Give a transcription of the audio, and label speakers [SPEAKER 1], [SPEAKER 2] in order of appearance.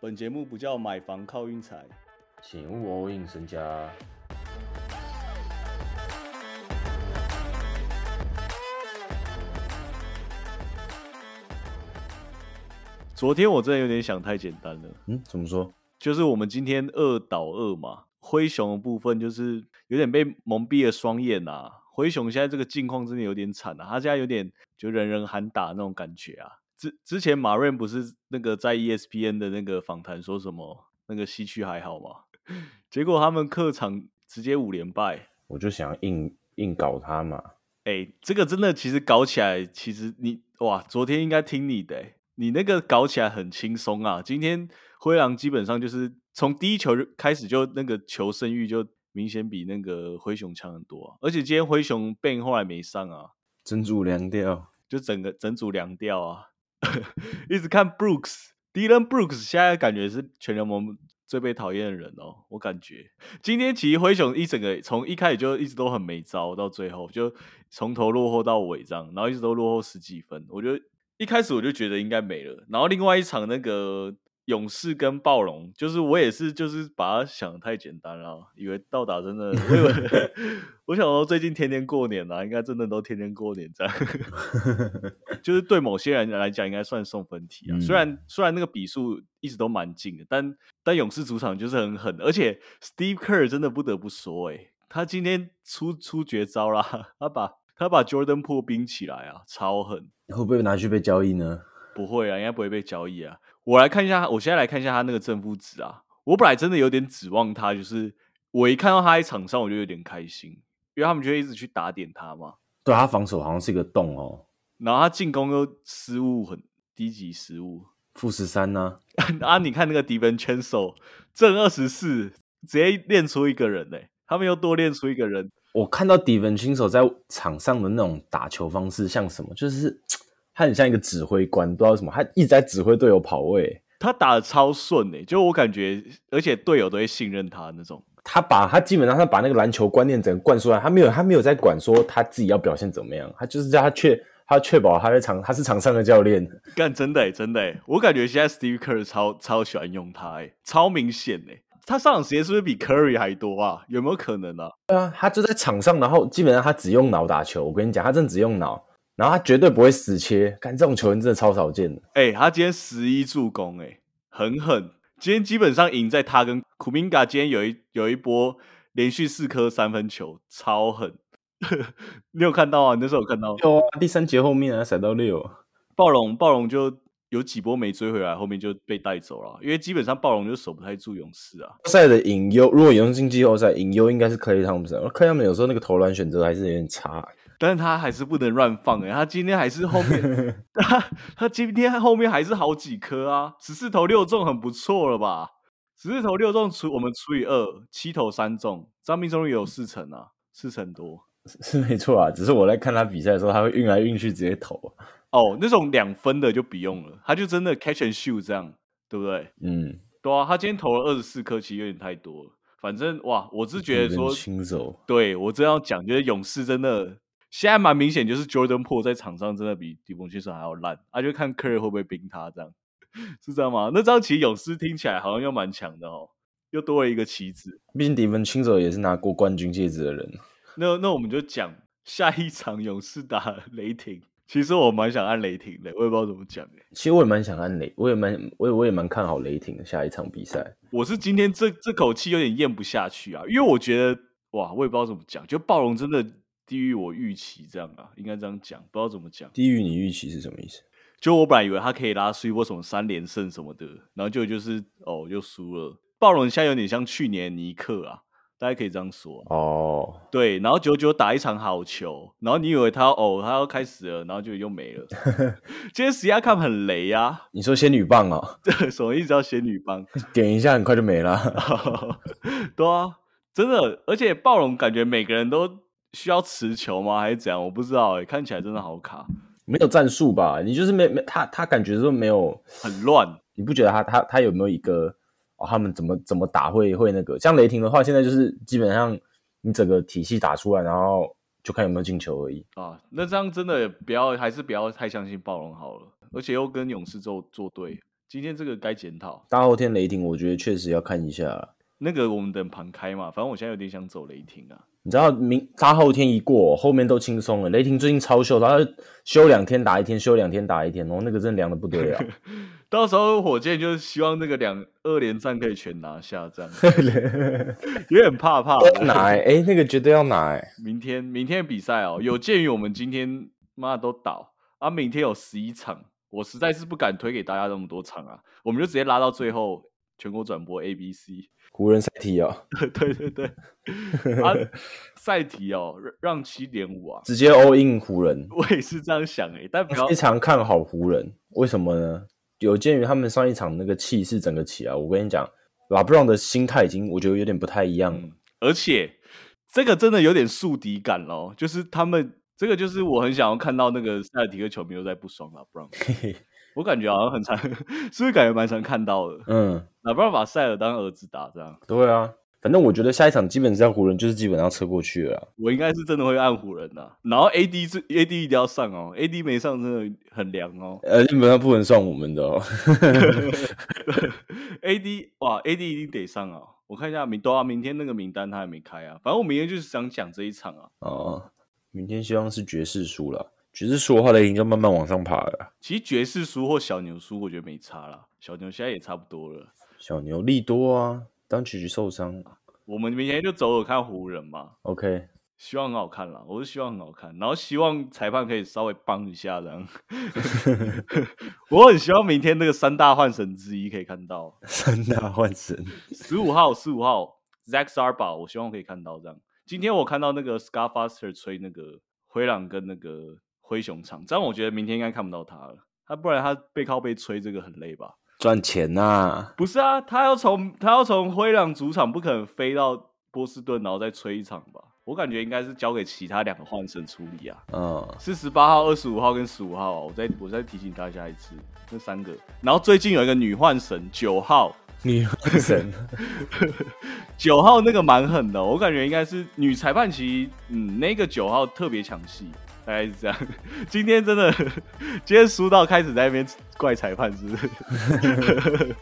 [SPEAKER 1] 本节目不叫买房靠运财，
[SPEAKER 2] 请勿 all in 身家。
[SPEAKER 1] 昨天我真的有点想太简单了，
[SPEAKER 2] 嗯，怎么说？
[SPEAKER 1] 就是我们今天二倒二嘛，灰熊的部分就是有点被蒙蔽了双眼啊。灰熊现在这个境况真的有点惨啊，他现在有点就人人喊打那种感觉啊。之之前马润不是那个在 E ESPN 的那个访谈说什么那个西区还好吗？结果他们客场直接五连败，
[SPEAKER 2] 我就想硬硬搞他嘛。
[SPEAKER 1] 哎、这个真的其实搞起来，其实你哇，昨天应该听你的、欸，你那个搞起来很轻松啊。今天灰狼基本上就是从第一球就开始就那个求胜欲就明显比那个灰熊强很多啊、而且今天灰熊 Ben 后来没上啊，
[SPEAKER 2] 珍珠凉掉，
[SPEAKER 1] 就整个整组凉掉啊。 一直看 Brooks。Dylan Brooks 现在感觉是全联盟最被讨厌的人哦，我感觉今天其实灰熊一整个从一开始就一直都很没招，到最后就从头落后到尾这样，然后一直都落后十几分。我觉得一开始我就觉得应该没了，然后另外一场那个勇士跟暴龙，就是我也是就是把它想得太简单了，啊以为到达真的，我以为我想说最近天天过年啊，应该真的都天天过年这样。就是对某些人来讲，应该算送分题啊。虽然虽然那个比数一直都蛮近的，但但勇士主场就是很狠，而且 Steve Kerr 真的不得不说、欸，他今天出出绝招啦， 他把他把 Jordan 破冰起来啊，超狠。
[SPEAKER 2] 会不会拿去被交易呢？
[SPEAKER 1] 不会啊，应该不会被交易啊。我来看一下，我现在来看一下他那个正负值啊。我本来真的有点指望他，就是我一看到他在场上，我就有点开心，因为他们就会一直去打点他嘛。
[SPEAKER 2] 对啊他防守好像是一个洞哦，
[SPEAKER 1] 然后他进攻又失误很低级失误，
[SPEAKER 2] 负十三呢。
[SPEAKER 1] 啊，你看那个迪文圈手正二十四，直接练出一个人嘞、他们又多练出一个人，
[SPEAKER 2] 我看到底文新手在场上的那种打球方式像什么，就是他很像一个指挥官，不知道为什么，他一直在指挥队友跑位。
[SPEAKER 1] 他打的超顺嘞、就我感觉，而且队友都会信任他那种。
[SPEAKER 2] 他把他基本上他把那个篮球观念整个灌输来，他没有他没有在管说他自己要表现怎么样，他就是叫他确他确保他在场他是场上的教练。
[SPEAKER 1] 干真的、欸、真的、欸，我感觉现在 Steve Kerr 超超喜欢用他、欸，超明显嘞、他上场时间是不是比 Curry 还多啊？有没有可能啊？
[SPEAKER 2] 对啊，他就在场上，然后基本上他只用脑打球。我跟你讲，他真的只用脑，然后他绝对不会死切。看这种球员真的超少见的。
[SPEAKER 1] 哎、他今天十一助攻、哎，很狠。今天基本上赢在他跟库明嘎。今天有一有一波连续四颗三分球，超狠。 你有看到啊？你那时候有看到
[SPEAKER 2] 有啊，第三节后面啊，甩到六，
[SPEAKER 1] 暴龙，暴龙就有几波没追回来，后面就被带走了。因为基本上暴龙就守不太住勇士啊。
[SPEAKER 2] 赛的隐忧，如果有进季后赛，隐忧应该是 Clay Thompson。Clay 他们有时候那个投篮选择还是有点差。
[SPEAKER 1] 但是他还是不能乱放哎、他今天还是后面，他他今天后面还是好几颗啊，十四投六中很不错了吧？十四投六中除我们除以二，七投三中，张斌终于有四成啊，四成多
[SPEAKER 2] 是没错啊，只是我在看他比赛的时候，他会运来运去直接投。
[SPEAKER 1] 哦，那种两分的就不用了，他就真的 catch and shoot 这样，对不对？
[SPEAKER 2] 嗯，
[SPEAKER 1] 对啊，他今天投了二十四颗，其实有点太多了。反正哇，我是觉得说，
[SPEAKER 2] 轻手，
[SPEAKER 1] 对我这样讲，就是勇士真的现在蛮明显，就是 Jordan Po 在场上真的比迪蒙先生还要烂，啊，就看 Curry 会不会冰他这样， 是这样吗？那这样其实勇士听起来好像又蛮强的哦，又多了一个棋子。
[SPEAKER 2] 毕竟迪文轻手也是拿过冠军戒指的人。
[SPEAKER 1] 那那我们就讲下一场勇士打 雷霆，其实我蛮想按雷霆的，我也不知道怎么讲欸
[SPEAKER 2] 其实我也蛮想按雷，我也蛮我也我也蛮看好雷霆的下一场比赛。
[SPEAKER 1] 我是今天这这口气有点咽不下去啊，因为我觉得哇，我也不知道怎么讲，就暴龙真的低于我预期这样啊，应该这样讲，不知道怎么讲。
[SPEAKER 2] 低于你预期是什么意思？
[SPEAKER 1] 就我本来以为他可以拉出一波什么三连胜什么的，然后就就是哦又输了。暴龙现在有点像去年尼克啊，大家可以这样说啊、
[SPEAKER 2] 哦，
[SPEAKER 1] 对，然后九九打一场好球，然后你以为他哦他要开始了，然后就又没了。今天 s i a k a m 很雷啊，
[SPEAKER 2] 你说仙女棒哦，
[SPEAKER 1] 这什么一直要仙女帮？
[SPEAKER 2] 点一下很快就没了。
[SPEAKER 1] 对啊，真的，而且暴龙感觉每个人都需要持球吗？还是怎样？我不知道哎、看起来真的好卡，
[SPEAKER 2] 没有战术吧？你就是没没他他感觉说没有，
[SPEAKER 1] 很乱。
[SPEAKER 2] 你不觉得他他他有没有一个哦？他们怎么怎么打会会那个？像雷霆的话，现在就是基本上你整个体系打出来，然后就看有没有进球而已。
[SPEAKER 1] 啊，那这样真的也不要，还是不要太相信暴龙好了。而且又跟勇士做做对，今天这个该检讨。
[SPEAKER 2] 大后天雷霆，我觉得确实要看一下啦。
[SPEAKER 1] 那个我们等盘开嘛，反正我现在有点想走雷霆啊。
[SPEAKER 2] 你知道明大后天一过，后面都轻松了。雷霆最近超秀，他休两天打一天，休两天打一天，哦，那个真的凉的不得了。
[SPEAKER 1] 到时候火箭就是希望那个两二连战可以全拿下，这样有点怕怕。
[SPEAKER 2] 拿哎、欸那个绝对要拿哎、
[SPEAKER 1] 明天明天的比赛哦，有鉴于我们今天妈的都倒啊，明天有十一场，我实在是不敢推给大家那么多场啊，我们就直接拉到最后全国转播 A、B、C。
[SPEAKER 2] 湖人赛踢哦，
[SPEAKER 1] 对对 对，啊，赛题哦，让让七点五啊，
[SPEAKER 2] 直接 all in 湖人，
[SPEAKER 1] 我也是这样想诶、但不要
[SPEAKER 2] 哦非常看好湖人，为什么呢？有鉴于他们上一场那个气势整个起来，我跟你讲，拉布朗的心态已经我觉得有点不太一样了。
[SPEAKER 1] 嗯而且这个真的有点宿敌感咯，就是他们这个就是我很想要看到那个塞尔提克球迷又在不爽了，不然
[SPEAKER 2] 嘿 嘿，
[SPEAKER 1] 我感觉好像很常， 是不是感觉蛮常看到的？
[SPEAKER 2] 嗯，
[SPEAKER 1] 哪不然把塞尔当儿子打这样，
[SPEAKER 2] 对啊，反正我觉得下一场基本上湖人就是基本上车过去了啦。
[SPEAKER 1] 我应该是真的会按湖人的、然后 AD 是 AD 一定要上哦，AD 没上真的很凉哦
[SPEAKER 2] 呃，基本上不能算我们的哦。
[SPEAKER 1] ，AD 哇 AD 一定得上哦。我看一下明，对啊，明天那个名单他还没开啊。反正我明天就是想讲这一场啊。
[SPEAKER 2] 哦，明天希望是爵士输了，爵士输的话，雷霆就慢慢往上爬了啦。
[SPEAKER 1] 其实爵士输或小牛输，我觉得没差啦。小牛现在也差不多了。
[SPEAKER 2] 小牛利多啊，当曲曲受伤
[SPEAKER 1] 我们明天就走走看湖人嘛，
[SPEAKER 2] ，OK，
[SPEAKER 1] 希望很好看啦，我是希望很好看，然后希望裁判可以稍微帮一下这样。 我很希望明天那个三大换神之一可以看到，啊
[SPEAKER 2] 三大换神，
[SPEAKER 1] 十五号、十五号 Zach Sarba，我希望可以看到这样。今天我看到那个 Scarfaster 吹那个灰狼跟那个灰熊场，这样我觉得明天应该看不到他了，他不然他背靠背吹这个很累吧？
[SPEAKER 2] 赚钱呐、
[SPEAKER 1] 不是啊，他要从他要从灰狼主场不可能飞到波士顿，然后再吹一场吧？我感觉应该是交给其他两个换神处理啊。
[SPEAKER 2] 嗯，
[SPEAKER 1] 是十八号、二十五号跟十五号、啊，我再我再提醒大家一次，那三个。然后最近有一个女换神九号，
[SPEAKER 2] 你换 神，
[SPEAKER 1] 九号那个蛮狠的，我感觉应该是女裁判其实，嗯，那个九号特别抢戏，大概是这样。今天真 的，今天输到开始在那边怪裁判是不是？